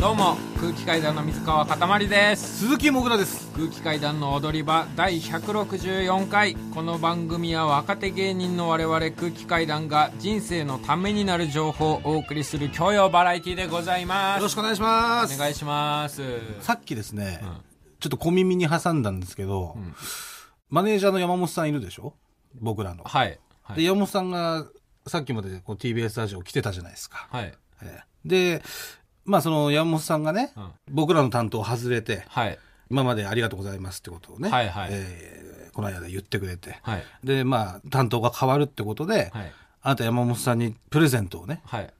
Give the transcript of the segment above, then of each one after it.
どうも空気階段の水川かたまりです鈴木もぐらです空気階段の踊り場第164回この番組は若手芸人の我々空気階段が人生のためになる情報をお送りする教養バラエティでございまよすろしくお願いしまおす願いしますさっきですね、んちょっと小耳に挟んだんですけど、マネージャーの山本さんいるでしょ僕らの、はいはでい山本さんがさっきまでこう TBS ラジオ来てたじゃないですか、はいええでまあその山本さんがね、うん僕らの担当を外れてはい今までありがとうございますってことをね、はいはいええこの間言ってくれて、はいでまあ担当が変わるってことで、はいあなた山本さんにプレゼントをねはい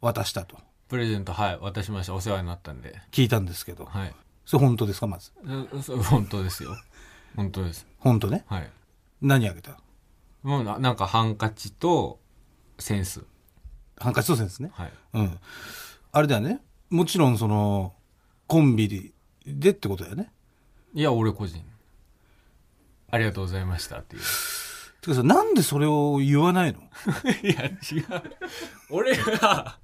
渡したとプレゼントはい渡しましたお世話になったんで聞いたんですけど、はいそれ本当ですかまずうそう本当ですよ本当です本当ねはい何あげたもうななんかハンカチとセンスハンカチ当選ですね。はいうん。あれだよね。もちろんその、コンビでってことだよね。いや俺個人ありがとうございましたっていうてかさ、なんでそれを言わないの いや違う俺が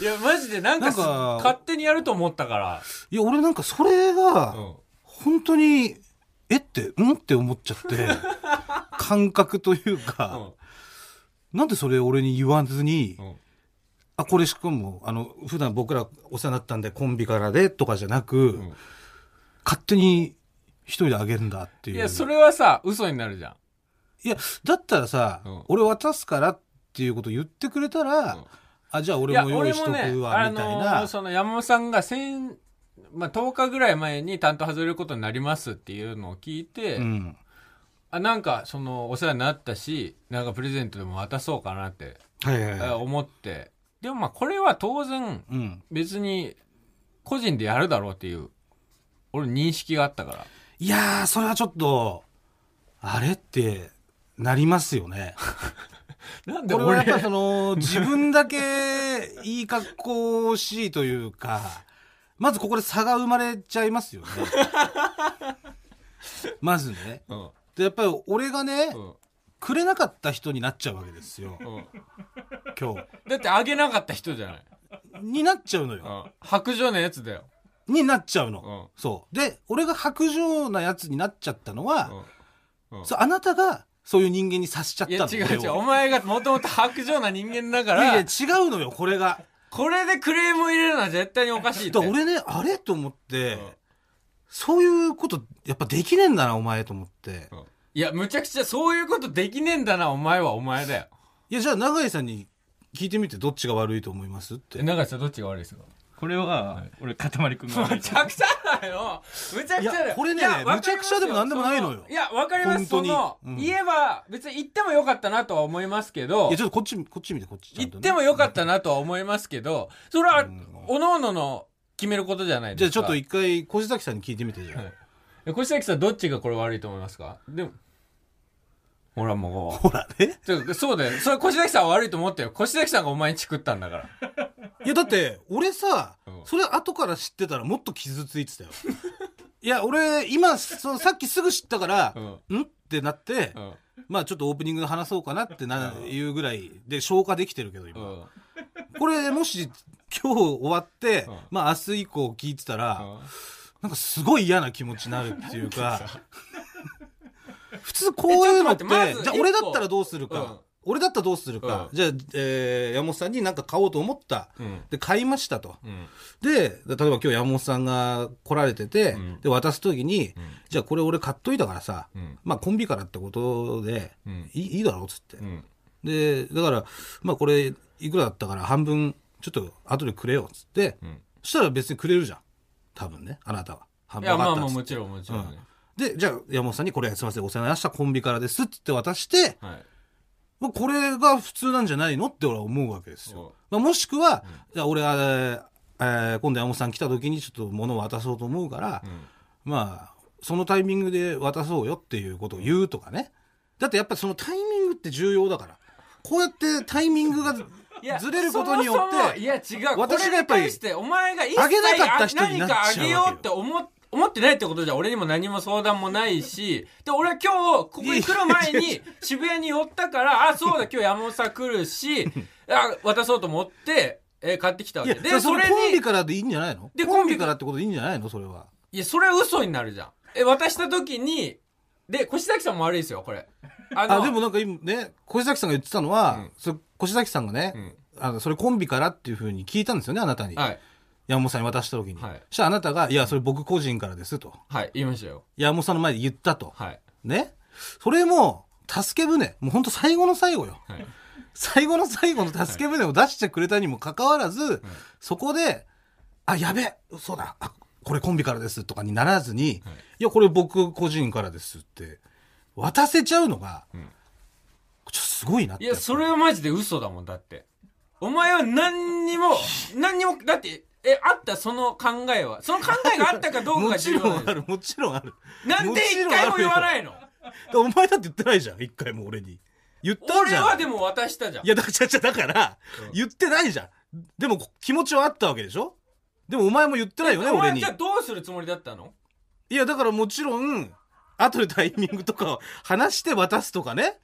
いやマジでなんかすなんか勝手にやると思ったかいや、俺なんかそら、れうが、ん、本当に、えって、うんって思っちゃって、感覚といううかん、なんでそれ俺に言わずにう、んあ、これしかも、あの、普段僕らお世話になったんでコンビからでとかじゃなくん、勝手に一人であげるんだっていう。いやそれはさ嘘になるじゃんいや、だったらさ、うん俺渡すからっていうこと言ってくれたら、うんあ、じゃあい俺やも用意しとくわ、みたいな。ーその山本さんが先、まあ、10日ぐらい前に担当外れることになりますっていうのを聞いて、うん。あなんかそのお世話になったしなんかプレゼントでも渡そうかなってはいはいえーは思ってでもまあこれは当然い。うん。別に個人でやるだろうっていう俺認識があったからいやー、それはちょっと、あれって、なりますよ ね。なんこれはやっぱその、自分だけいい格好をしいというか、まずここで差が生まれちゃいま すよね。まずね。うんうんで、やっぱり俺がね、うんくれなかった人になっちゃうわけですよ、今日。だってあげなかった人じゃない、になっちゃうのよう。ん、白状のやつだよ、になっちゃうの、うんそうで俺が白状なやつになっちゃったのは、うんそうあなたがそういう人間にさせちゃっいたやの違う俺を違うお前がもともと白状な人間だかいやいらや違うのよこれがこれでクレームを入れるのは絶対におかしいってだから俺ねあれと思って、うんそういうことやっぱできねえんだなお前と思って、ういんいやむちゃくちゃそういうことできねえんだなお前はお前だよやじゃあ永井さんに聞いてみてどっちが悪いと思いますって永井さんどっちが悪いですかこれは、俺、かたまりくんが悪むいちゃくちゃだよ。むちゃくちゃだいよ。やこれねいやわかりますよむちゃくちゃでもなんでもないのよそいや、わかります。本そ当にの、うん言えば、別に言ってもよかったなとは思いますけどいや、ちょっとこっちこっち見てこっちちゃ言んとっねてもよかったなとは思いますけど、それは、おのおのの決めることじゃないじでゃあすちょか。っと一回小崎さんに聞いてみてじゃあ、はいえ、小崎さんどっちがこれ悪いと思いますかでも、ほらもう。ほらねちょそうだよ。それ小崎さんは悪いと思ってよ。小崎さんがお前にチクったんだから。いやだって俺さうんそれ後から知ってたらもっと傷ついてたよいや俺今そのさっきすぐ知ったからうん、んってなって、うん。まあちょっとオープニングで話そうかなってなうんいうぐらいで消化できてるけどう今、ん。これもし今日終わって、うんまあ明日以降聞いてたら、うんなんかすごい嫌な気持ちになるっていうか 普通こういうのっえちょっと待っててまずじゃあ俺だったらどうするか、うん俺だったらどうするか、うんじゃあ、えー山本さんになんか買おうと思った、うん。で買いましたと、うん。で、例えば今日山本さんが来られてて、うんで、渡すときに、んじゃあこれ俺買っといたからさ、うん。まあコンビからってことで、うん。いいいいだろうっつって、うん。で、だから、まあこれいくらだったから半分ちょっと後でくれよっつって、うん。そしたら別にくれるじゃん。多分ね、あなたは。半い分や、分まかあったまあっつもってちろんもちろんね。で、じゃあ山本さんにこれすいません、お世話になりましたコンビからですっつって渡して、はい。まあこれが普通なんじゃないのって俺は思うわけですよ。まあ、もしくは、じゃあ俺は、えーえー今度山本さん来た時にちょっと物を渡そうと思うから、まあそのタイミングで渡そうよっていうことを言うとかねだってやっぱりそのタイミングって重要だからこうやってタイミングがずれることによそもそもっいてや違う私私ががややっっぱぱりりしてお前が一切あげなかった人になっちゃうわ何けかよあげようって思っ思ってないってことじゃん俺にも何も相談もないしで俺は今日ここに来る前に渋谷に寄ったからあそうだ今日山本さん来るしあ渡そうと思ってえー買ってきたわいけや、でだからそそのれコンビにからでいいんじゃないのでココンンビビかからってことでいいんじゃないのそれは。いやそれは嘘になるじゃんえ渡した時にで越崎さんも悪いですよこれああ、でもなんか今ね、越崎さんが言ってたのは、そ越崎さんがね、うんあの、それコンビからっていうふうに聞いたんですよね、あなたに。はい山本さんに渡した時に。はいそしたらあなたが、いや、それ僕個人からですと。はい言いましたよ山本さんの前で言ったと。はいね。それも、助け舟。もう本当最後の最後よ。はい最後の最後の助け舟を出してくれたにもかかわらず、そこで、あ、やべ、そうだ、あ、これコンビからですとかにならずに、はいい、や、これ僕個人からですって、渡せちゃうのが、んちょっとすごいなって。いやそれはマジで嘘だもんだってお前は何にも何にもだってえあったその考えはその考えがあったかどうかもがち重要ろなんんあでする、もちろんある。なんで一もちろんある回よも言わないのお前だって言ってないじゃん、一回も俺に。言ったじ俺ゃん。はでも渡したじゃんいや、だから、じゃだから、言ってないじゃん。でも、気持ちはあったわけでしょでも、お前も言ってないよね、お俺前にじゃ。あどうするつもりだったのいや、だからもちろん、後でタイミングとかを話して渡すとかね。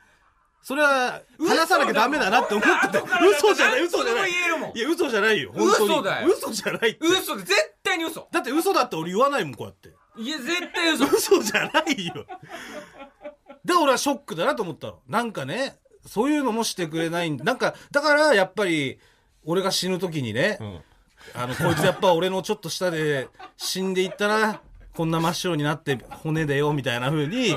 それは、話さなきゃダメだなって思ってて。嘘じゃない、嘘じゃな何い。とでも言えるもんいや、嘘じゃないよ。本当に嘘だよ嘘じゃないって。嘘で絶対に嘘だって嘘だって俺言わないもん、こうやって。いや絶対嘘嘘じゃないよ。で、俺はショックだなと思ったの。なんかね、そういうのもしてくれないんなんか、だから、やっぱり、俺が死ぬ時にね、あの、こいつやっぱ俺のちょっと下で死んでいったら、こんな真っ白になって骨でよ、みたいな風に、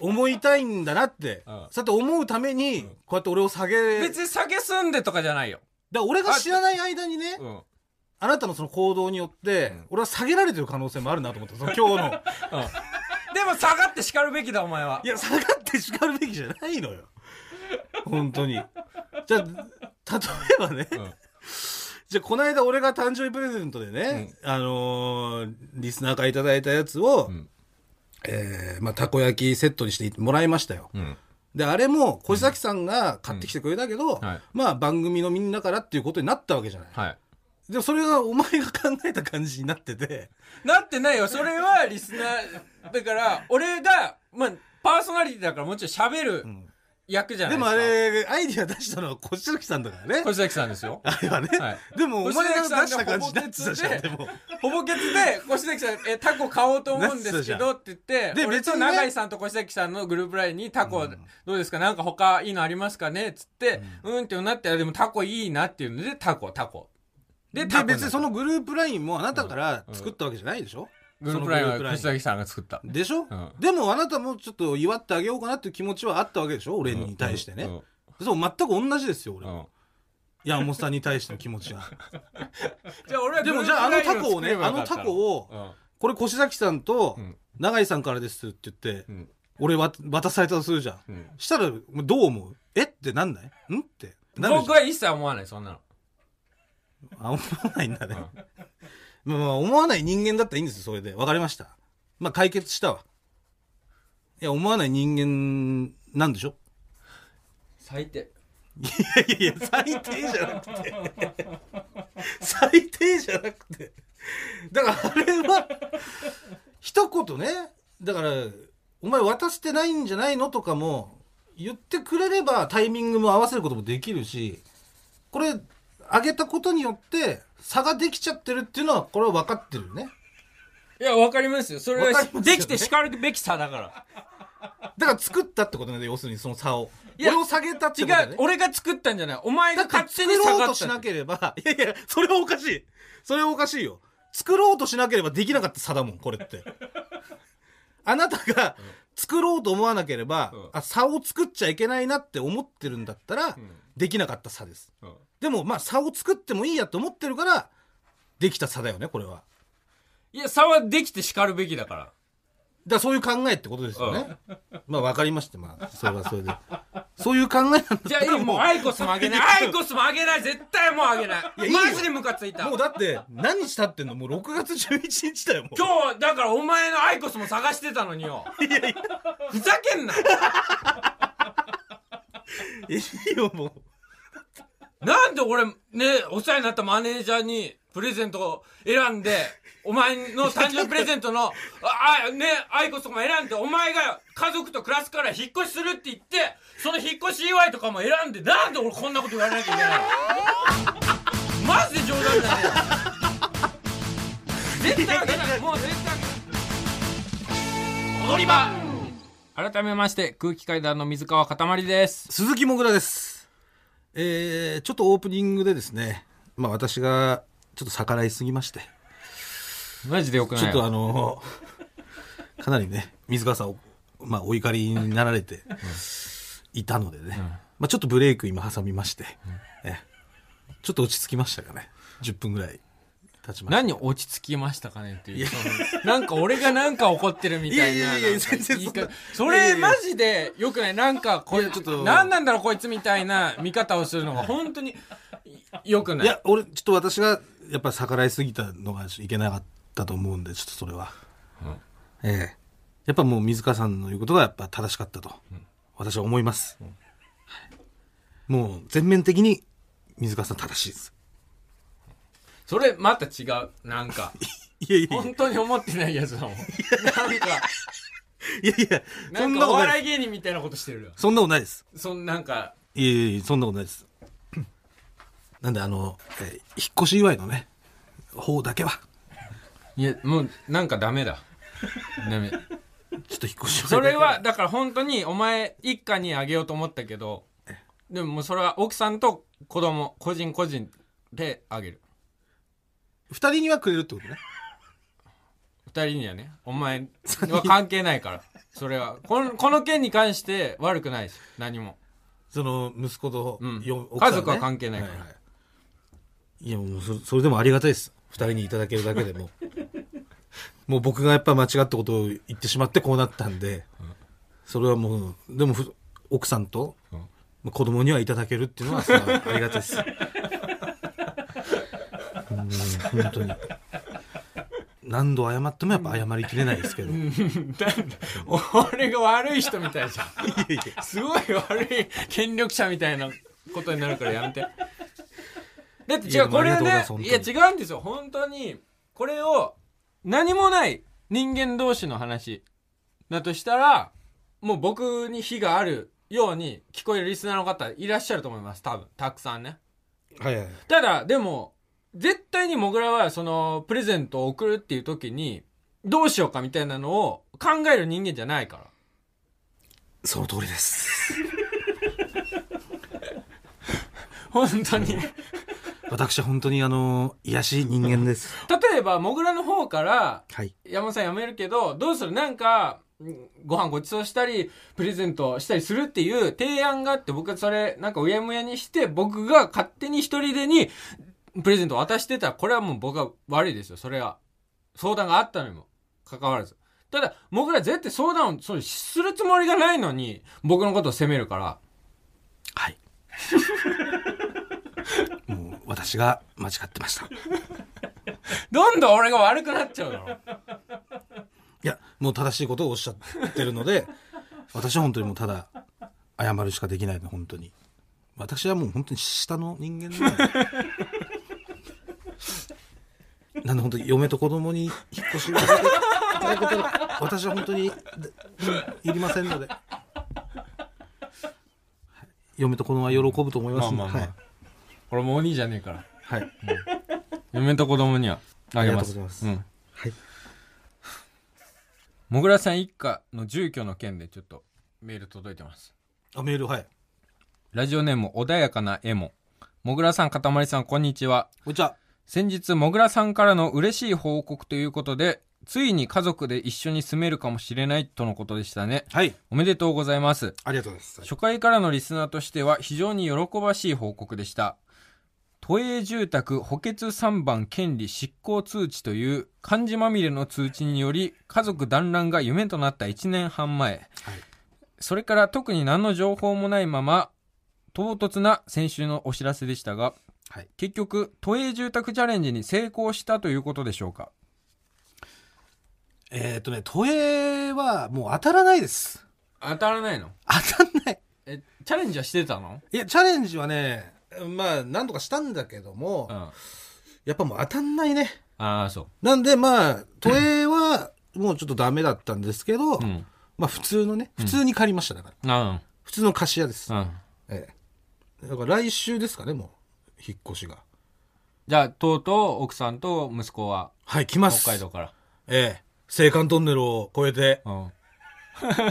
思いたいんだなって。うんさて思うために、こうやって俺を下げ、だか別に酒すんでとかじゃないよ、ら俺が知らない間にね、ん、あなたのその行動によって、俺は下げられてる可能性もあるなと思った。その今日の。でも下がって叱るべきだお前はいや、下がって叱るべきじゃないのよ。本当に。じゃあ、例えばね、んじゃあ、この間俺が誕生日プレゼントでね、あのーリスナーからいただいたやつを、んえーまあ、たこ焼きセットにしてもらいましたよ。うんで、あれも、小崎さんが買ってきてくれたけど、んはいまあ、番組のみんなからっていうことになったわけじゃない。はいでも、それがお前が考えた感じになっ てて、なってないよそれはリスナーだから俺がまあパーソナリティだからもちろん喋る役じゃなでいですもか、あれ、アイディア出したのは小崎さんだからね。小崎さんです よあれはね、はいでもお前越崎さんがが出した感じになってたじゃんほぼでもほぼケツで越崎さんえタコ買おうと思うんですけどって言ってで俺別とにね永井さんと越崎さんのグループラインにタコどうですかなんか他いいのありますかねっつってうんってなってあでもタコいいなっていうのでタコタコでタでコ別にそののグループラインもあなたから作ったわけじゃないでしょ、グループライそのンは越崎さんが作ったでしょ、んでもあなたもちょっと祝ってあげようかなっていう気持ちはあったわけでしょ俺に対してね、そう全く同じですよ俺、うん山本さんに対しての気 持ちはじゃあ俺はでもじゃああのタコをグルーねプラあインの作ればよタかったコを、これ越崎さんとん永井さんからですって言って、ん俺わ渡されたとするじゃん、んしたらどう思うえってなんないんってなるじゃん僕は一切思わないそんなのあ、思わないんだね。まあまあ、思わない人間だったらいいんですよ、それで。わかりました。まあ、解決したわ。いや、思わない人間なんでしょ最低いやいや、最低じゃなくて。最低じゃなくて。だから、あれは、一言ね、だから、お前渡してないんじゃないのとかも、言ってくれればタイミングも合わせることもできるし、これ、あげたことによって、差ができちゃってるっていうのは、これは分かってるよね。いやわかりますよそれわかはりますよでねきて叱るべきさだからだから作ったってことなんで、要するにその差を。いや俺を下げたって違ことだようね。俺が作ったんじゃないお前がだから勝手に作下ろうがとっしたなんだければ、いやいや、それはおかしい。それはおかしいよ。作ろうとしなければできなかった差だもん、これって。あなたが作ろうと思わなければ、うんあ差を作っちゃいけないなって思ってるんだったら、んできなかった差です。うんでも、まあ、差を作ってもいいやと思ってるから、できた差だよね、これは。いや差はできて叱るべきだからだからそういう考えってことですよね。まあ、わかりました。まあ、それはそれで。そういう考えなんだったじゃらあいいもうアイコスもあげないアイコスもあげない絶対もうあげないやいいよマジでムカついたもうだって、何日経ってんのもう6月11日だよ、もう。今日だからお前のアイコスも探してたのによふざけんないいよ、もう。なんで俺ねお世話になったマネージャーにプレゼントを選んでお前の誕生日プレゼントのああねアイコスも選んでお前が家族と暮らすから引っ越しするって言ってその引っ越し祝いとかも選んでなんで俺こんなこと言われなきゃいけないのマジで冗談じゃねえよ絶対あげないもう絶対あげない踊り場改めまして空気階段の水川かたまりです鈴木もぐらです。えー、ちょっとオープニングでですね、まあ私がちょっと逆らいすぎまして、マジでよくないちょっとあの、かなりね、水川さんを、まあお怒りになられていたのでね、まあちょっとブレイク今挟みまして、えちょっと落ち着きましたかね。10分ぐらい経ちました。何落ち着きましたかねっていう。そのなんか俺がなんか怒ってるみたいな。いやいやいやなんか全然そんな言い方そいやいれやいやマジで良くないなんかこいれやちちょょっと。っと何なんだろうこいつみたいな見方をするのが本当に良くないい。や、俺、ちょっと私が、やっぱ逆らいすぎたのがいけなかったと思うんで、ちょっとそれは。ええ。やっぱもう水川さんの言うことがやっぱ正しかったと、私は思います。はいもう全面的に水川さん正しいです。それまた違う。なんか。いやいやい本当に思ってないやつだもん。なんか、や、いやいや、な そんんなかこおとな笑い。い芸人みたいなことしてるよ。そんなことないです。そんなんか、いやいやいや、そんなことないです。なんであの、えー引っ越し祝いのね、方だけは、いや、もうなんかダメだ。ダメ。ちょっと引っ越し祝いだけそれは、だから本当にお前一家にあげようと思ったけど、でももうそれは奥さんと子供、個人個人であげる。二人にはくれるってことね。二人にはね、お前は関係ないから。それは。この、この件に関して悪くないし、何も。その息子と、うんよ奥さんね家族は関係ないからいやもうそそれでもありがたいです二人にいただけるだけでも もう僕がやっぱ間違ったことを言ってしまってこうなったんで、それはもうでもふ奥さんと、うんまあ子供にはいただけるっていうのはさありがたいですうん本当に何度謝ってもやっぱ謝りきれないですけど、い俺が悪い人みたいじゃん。やいやすごい悪い権力者みたいなことになるからやめて。だってい違やう、これでもありがねとうございます本、い当にや違うんですよ。本当に、これを何もない人間同士の話だとしたら、もう僕に非があるように聞こえるリスナーの方いらっしゃると思います。多分、たくさんね。はいはいただ、でも、絶対にモグラはその、プレゼントを送るっていう時に、どうしようかみたいなのを考える人間じゃないから。その通りです本当に。私は本当にあの癒しい人間です例えば、モグラの方から、はい山本さん辞めるけど、どうするなんか、うんご飯ごちそうしたり、プレゼントしたりするっていう提案があって、僕はそれ、なんかうやむやにして、僕が勝手に一人でに、プレゼント渡してたら、これはもう僕は悪いですよ、それは。相談があったのにも、関わらず。ただ、僕ら絶対相談をそうするつもりがないのに、僕のことを責めるから。はい。もう私が間違ってました。いどんどん俺が悪くなっちゃうだろ。や、もう正しいことをおっしゃってるので、私は本当にもうただ謝るしかできないの、本当に。私はもう本当に下の人間なので。なんで本当に嫁と子供に引っ越しをいただけただけたら、私は本当にでうんいりませんので。はい嫁と子供は喜ぶと思いますんでまあまあまあはい俺もう鬼じゃねえから。はい。嫁と子供にはあげます。ありがとうございますん。はい。もぐらさん一家の住居の件でちょっとメール届いてます。あ、メール、はい。ラジオネーム穏やかな絵も。もぐらさん、かたまりさん、こんにちは。こんにちは。先日、もぐらさんからの嬉しい報告ということで、ついに家族で一緒に住めるかもしれないとのことでしたね。はい。おめでとうございます。ありがとうございます。初回からのリスナーとしては非常に喜ばしい報告でした。都営住宅補欠3番権利執行通知という漢字まみれの通知により家族団らんが夢となった1年半前、はいそれから特に何の情報もないまま唐突な先週のお知らせでしたが、はい結局都営住宅チャレンジに成功したということでしょうかえっ、とね、都営はもう当たらないです。当たらないの当たんない。えチャレンジはしてたの、いや、チャレンジはね、まあ、なんとかしたんだけども、あやっぱもう当たんないね。あそなんで、まあ、都営はもうちょっとダメだったんですけど、ううんまあ、普通のね、普通に借りました、だから。あ普通の貸し屋です。うんええ。だから来週ですかね、もう、引っ越しが。じゃあ、とうとう奥さんと息子ははい、来ます。北海道から。ええ。青函トンネルを越えて、うん。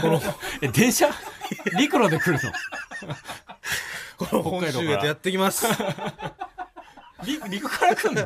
こ の、え、電車陸路で来る のこの北本海道から州へとやって きます。陸、陸から来るのい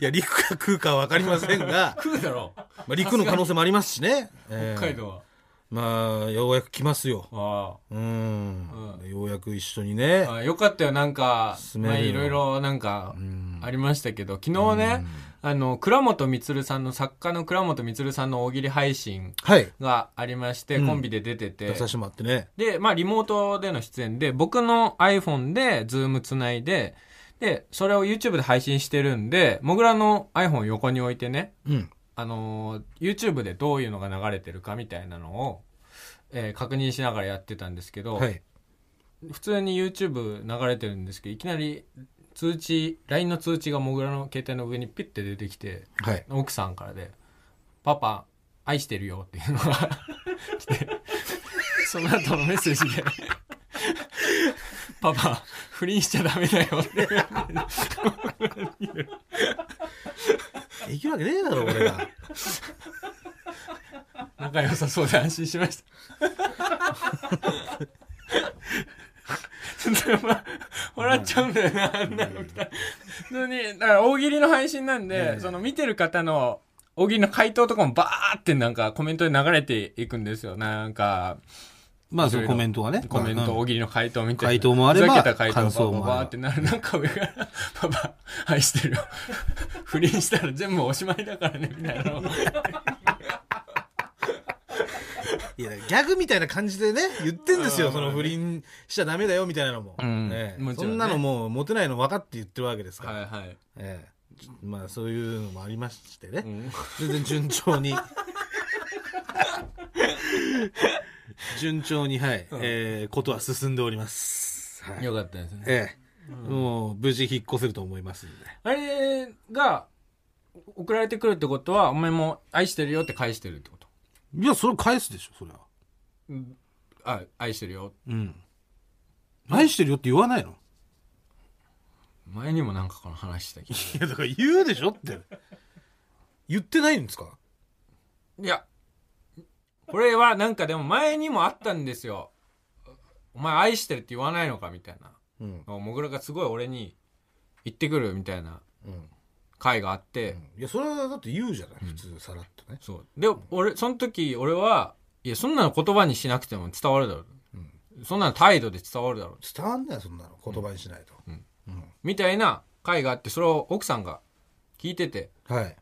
や、陸か空かは分かりませんが、 来るだろう。まあ、陸の可能性もありますしね。ええ北海。道は。まあ、ようやく来ますよ。あうんう。ようやく一緒にねあ。あ。よかったよ、なんか、進めまるあよいろいろなんかん、ありましたけど、昨日ね、あの、倉本光さんの、作家の倉本光さんの大喜利配信はい。がありまして、うんコンビで出てて出、させてもらってね。で、まあ、リモートでの出演で、僕の iPhone で、ズームつないで、で、それを YouTube で配信してるんで、もぐらの iPhone を横に置いてね、うん。あのー YouTube でどういうのが流れてるかみたいなのを、えー確認しながらやってたんですけど、はい。普通に YouTube 流れてるんですけど、いきなり通知、LINE の通知がもぐらの携帯の上にピッて出てきて、はい。奥さんからで、パパ、愛してるよっていうのが 来て、その後のメッセージで、パパ、不倫しちゃダメだよって。できるわけねえだろ、俺が。仲良さそうで安心しました。ちょっとまあ笑っちゃうんだよな、あんなの来たら。普通に、だから大喜利の配信なんで、その見てる方の大喜利の回答とかもバーってなんかコメントで流れていくんですよ。なんか、まあ、そのコメントがね。 コメンうト、ん大喜利の回答みたいな。回答もあればふざけた回答感想もあればバーってなる。なんか上から、パパ、愛してる よ。不倫したら全部おしまいだからね、みたいなの。いや、ギャグみたいな感じでね、言ってんですよ、その不倫しちゃダメだよ、みたいなのも。うんええもちそろんねんなのもう、モテないの分かって言ってるわけですから。はいはい。ええちょまあ、そういうのもありましてね。うん全然順調に。順調に、はい、ええことは進んでおります。は いよかったですね。ええもう、無事引っ越せると思いますんで。あれが、送られてくるってことは、お前も愛してるよって返してるってこと。いや、それ返すでしょ、それは。あ、愛してるよ。うん。愛してるよって言わないの前にもなんかこの話した気がいや、だから言うでしょって。言ってないんですかいや、これはなんかでも前にもあったんですよ。お前愛してるって言わないのかみたいな。うん。もぐらがすごい俺に行ってくるみたいなうん。回があって、いや、それはだって言うじゃない、普通、さらっとね。そうで俺その時俺はいやそんなの言葉にしなくても伝わるだろう、そんなの態度で伝わるだろう伝わんないよ、そんなの。言葉にしないと。みたいな回があってそれを奥さんが聞いててはい。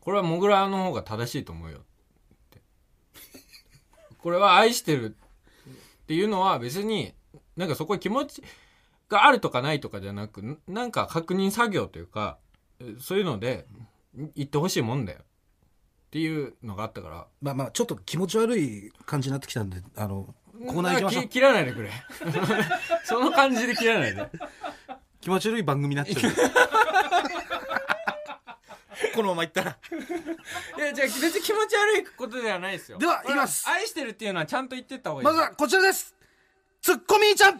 これはもぐらの方が正しいと思うよってこれは愛してるっていうのは別になんかそこに気持ちがあるとかないとかじゃなくななんか確認作業というかえそういうので言ってほしいもんだよっていうのがあったからまあまあ、ちょっと気持ち悪い感じになってきたんで、あの、コーナー行きましょきう。切らないでくれ その感じで切らないで気持ち悪い番組になっちゃう。 このままいったら。いやじゃあ別に気持ち悪いことではないですよでは行きますこれは愛してるっていうのはちゃんと言ってった方がいいまずはこちらですツッコミーちゃん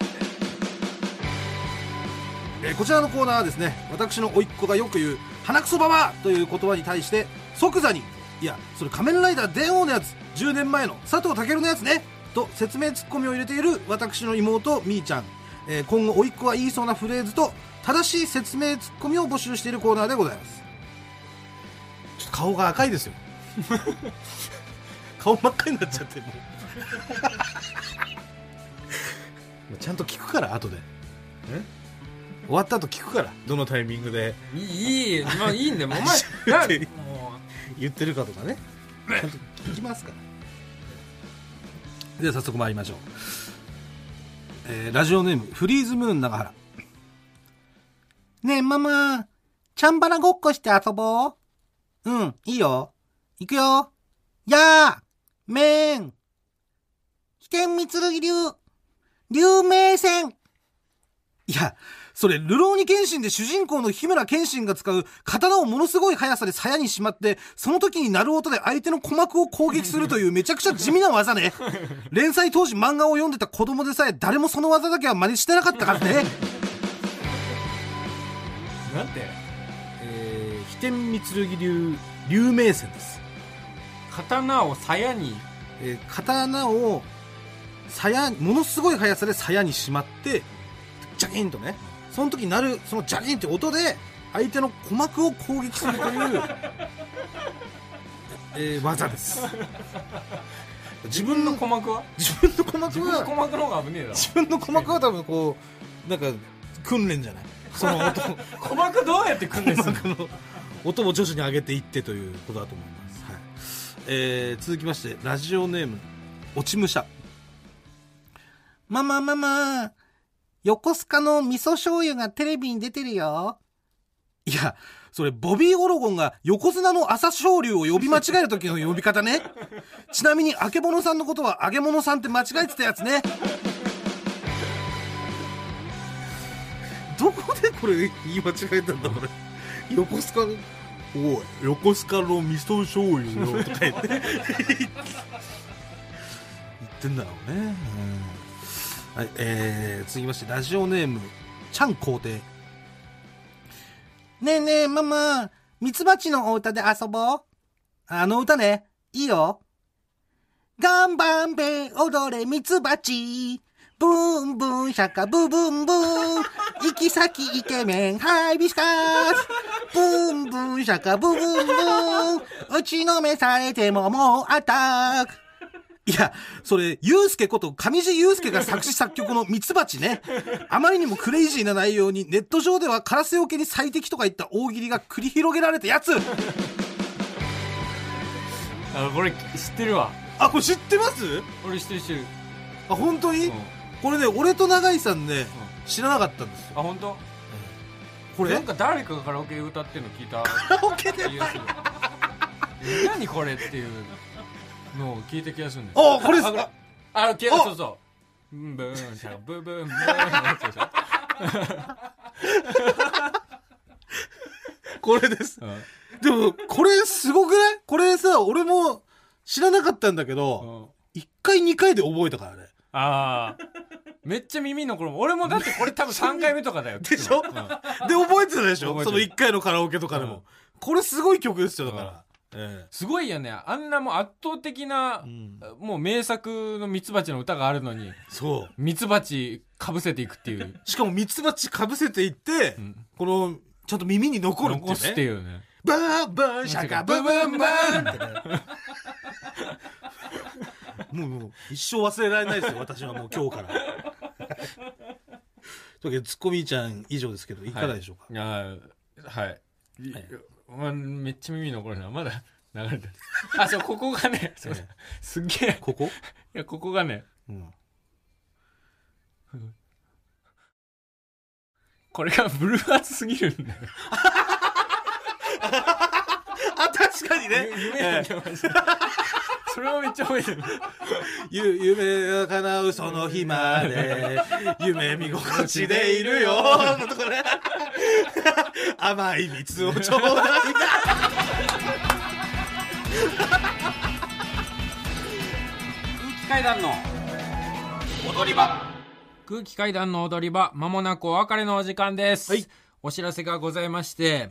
えーこちらのコーナーはですね私の甥っ子がよく言う「鼻くそばば」という言葉に対して即座に「いやそれ仮面ライダー電王のやつ10年前の佐藤健のやつね」と説明ツッコミを入れている私の妹みーちゃん、えー今後甥っ子が言いそうなフレーズと正しい説明ツッコミを募集しているコーナーでございますちょっと顔が赤いで すよ顔真っ赤になっちゃってもうちゃんと聞くから後で終わった後聞くからどのタイミングでいいいい、まあ、いいんだよお前 愛してるなも言ってるかとかねちゃんと聞きますからでは早速参りましょう、えーラジオネームフリーズムーン長原ねえママチャンバラごっこして遊ぼううんいいよ行くよやあめん飛天三剣流流明戦いや、それ、ルローニ剣心で主人公の日村剣心が使う刀をものすごい速さで鞘にしまって、その時に鳴る音で相手の鼓膜を攻撃するというめちゃくちゃ地味な技ね。連載当時漫画を読んでた子供でさえ誰もその技だけは真似してなかったからね。うなんてえー、飛天光剣流流明戦です、刀を鞘にえー刀を鞘ものすごい速さで鞘にしまってジャキンとねその時鳴るそのジャキンって音で相手の鼓膜を攻撃するという、えー技です自分の鼓膜は自分の自鼓膜分のは鼓膜の方が危ねえだろ 自分の鼓膜は多分こうなんか訓練じゃないその音鼓膜どうやって訓練す るのこの音を徐々に上げていってということだと思います、はいえー続きましてラジオネーム落ち武者ママママ横須賀の味噌醤油がテレビに出てるよいやそれボビー・オロゴンが横綱の朝青龍を呼び間違える時の呼び方ねちなみにあけぼのさんのことは揚げ物さんって間違えてたやつねどこでこれ言い間違えたんだこれ横須賀のおい横須賀の味噌醤油よとか言って言ってんだろうね、うんはいえー、続きましてラジオネームちゃん皇帝ねえねえママミツバチのお歌で遊ぼうあの歌ねいいよガンバンベ踊れミツバチブンブンシャカブブンブン行き先イケメンハイビスカスブンブンシャカブブンブン打ちのめされてももうアタックいや、それ、ゆうすけこと上地ゆうすけが作詞作曲のミツバチね。あまりにもクレイジーな内容にネット上ではカラスよけに最適とか言った大喜利が繰り広げられたやつあこれ知ってるわあ、これ知ってます俺知ってる知ってるあ、本当に、うんこれね、俺と永井さんね、知らなかった んですよ。あ本当？これなんか誰かがカラオケ歌ってるの聞い たカラオケで。気がする何これっていうのを聞いた気がするんですあ、これですかあの気がおそうそうブンブンシャカブンブンブンそうそうこれです。うんでも、これすごくないこれさ、俺も知らなかったんだけう ど、ん一回二回で覚えたからね。ああめっちゃ耳の頃俺もだってこれ多分3回目とかだよでしょ、で、覚えてたでしょ覚えてるその一回のカラオケとかでも。うんこれすごい曲ですよ、だから。えすごいよねあんなもう圧倒的なえうんもう名作のミツバチの歌があるのにそう。ミツバチかぶせていくっていう、しかもミツバチかぶせていって、うん、この、ちゃんと耳に残るって残いすっうてね。いうねバーンバーンシャカブンブンブンってね。もうもう一生忘れられないですよ、私はもう今日から。というわけで、ツッコミーちゃん以上ですけど、いかがでしょうか、ああはい、いまあめっちゃ耳残るなまだ流れてるあそうここがね そうだえすっげえここ、いやここがねうん、これがブルーハーツすぎるんだよあ、確かにね。夢なんだよマジで それはめっちゃ覚えてるゆ夢が叶うその日まで夢見心地でいる よのところね甘い蜜をちょうだい階段の踊り場空気階段の踊り場、まもなくお別れのお時間です。はいお知らせがございまして、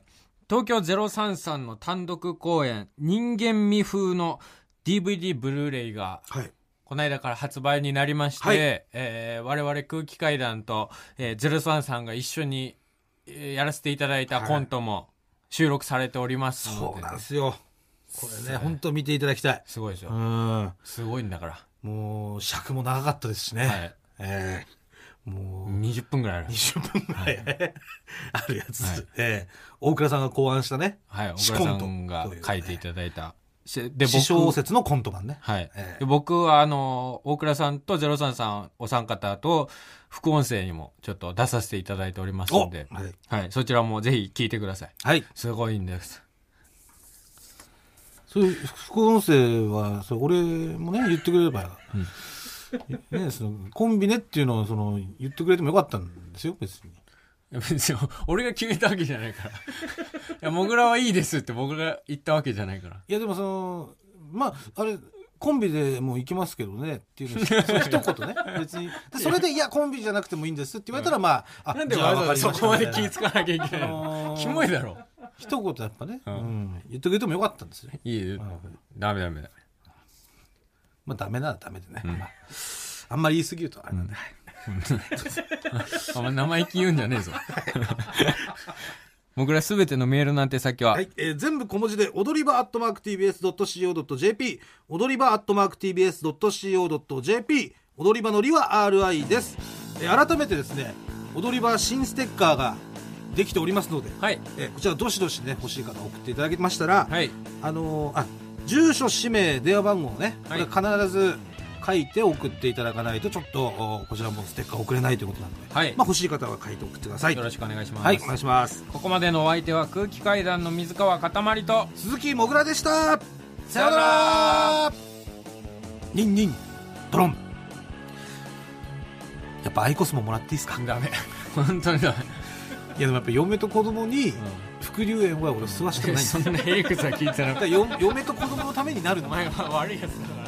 東京033の単独公演、人間味風の DVD ブルーレイが、はいこの間から発売になりまして、はいえー我々空気階段と、えー、033が一緒に、えーやらせていただいたコントも収録されておりますのそうで、なんですよこれね本当見ていただきたいすごいですよ、うんすごいんだから。もう尺も長かったですしね、はいええもう20分ぐらいある。 20分ぐらい あるやつ、ええ大倉さんが考案したねはい、シ小コン倉トさんがというね書いていただいた。しで師小説のコント版ねはい。ええで僕は、あの、大倉さんとゼロさんさんお三方と、副音声にもちょっと出させていただいておりますおので、はい、はい、そちらもぜひ聞いてください。はい、すごいんです。そういう副音声はそれ俺もね言ってくれれば、ね、そのコンビネっていうのをその言ってくれてもよかったんですよ別にいや別に、 俺が決めたわけじゃない から。いや、もぐらはいいですって僕が言ったわけじゃないから。いやでもそのまああれコンビでもう行きますけどねって いうのその一言ね別にでそれで「いやコンビじゃなくてもいいんです」って言われたらまあ、あなんでじゃあわざわざわかりまそこしたまみたいで な気ぃつかなきゃいけないあののーキモいだろ。一言やっぱね、うん、言ってくれてもよかったんですよ。いいよダメダメダメまあダメならダメでね。まああんまり言い過ぎるとあれなんで。あんま生意気言うんじゃねえ ぞ僕らすべてのメールの宛先は、はい、えー全部小文字で踊り場アットマーク TBS.CO.JP 踊り場アットマーク TBS.CO.JP 踊り場のりは RI です、えー改めてですね踊り場新ステッカーができておりますので、はいえーこちらどしどしね欲しい方送っていただけましたら、はいあのーあ住所氏名電話番号をね、はいこれ必ず書いて送っていただかないとちょっとおこちらもステッカー送れないということなので、はいまあ、欲しい方は書いて送ってくださいよろしくお願いします、はいお願いしますここまでのお相手は空気階段の水川かたまりと鈴木もぐらでしたさようならニンニンドロンやっぱアイコスももらっていいですかいやダメ 本当にダメでもやっぱ嫁と子供に副流煙は俺吸わしてないんです そよんなヘリクスは聞いてなくだかてらよ嫁と子供のためになるのお前は悪いやつだから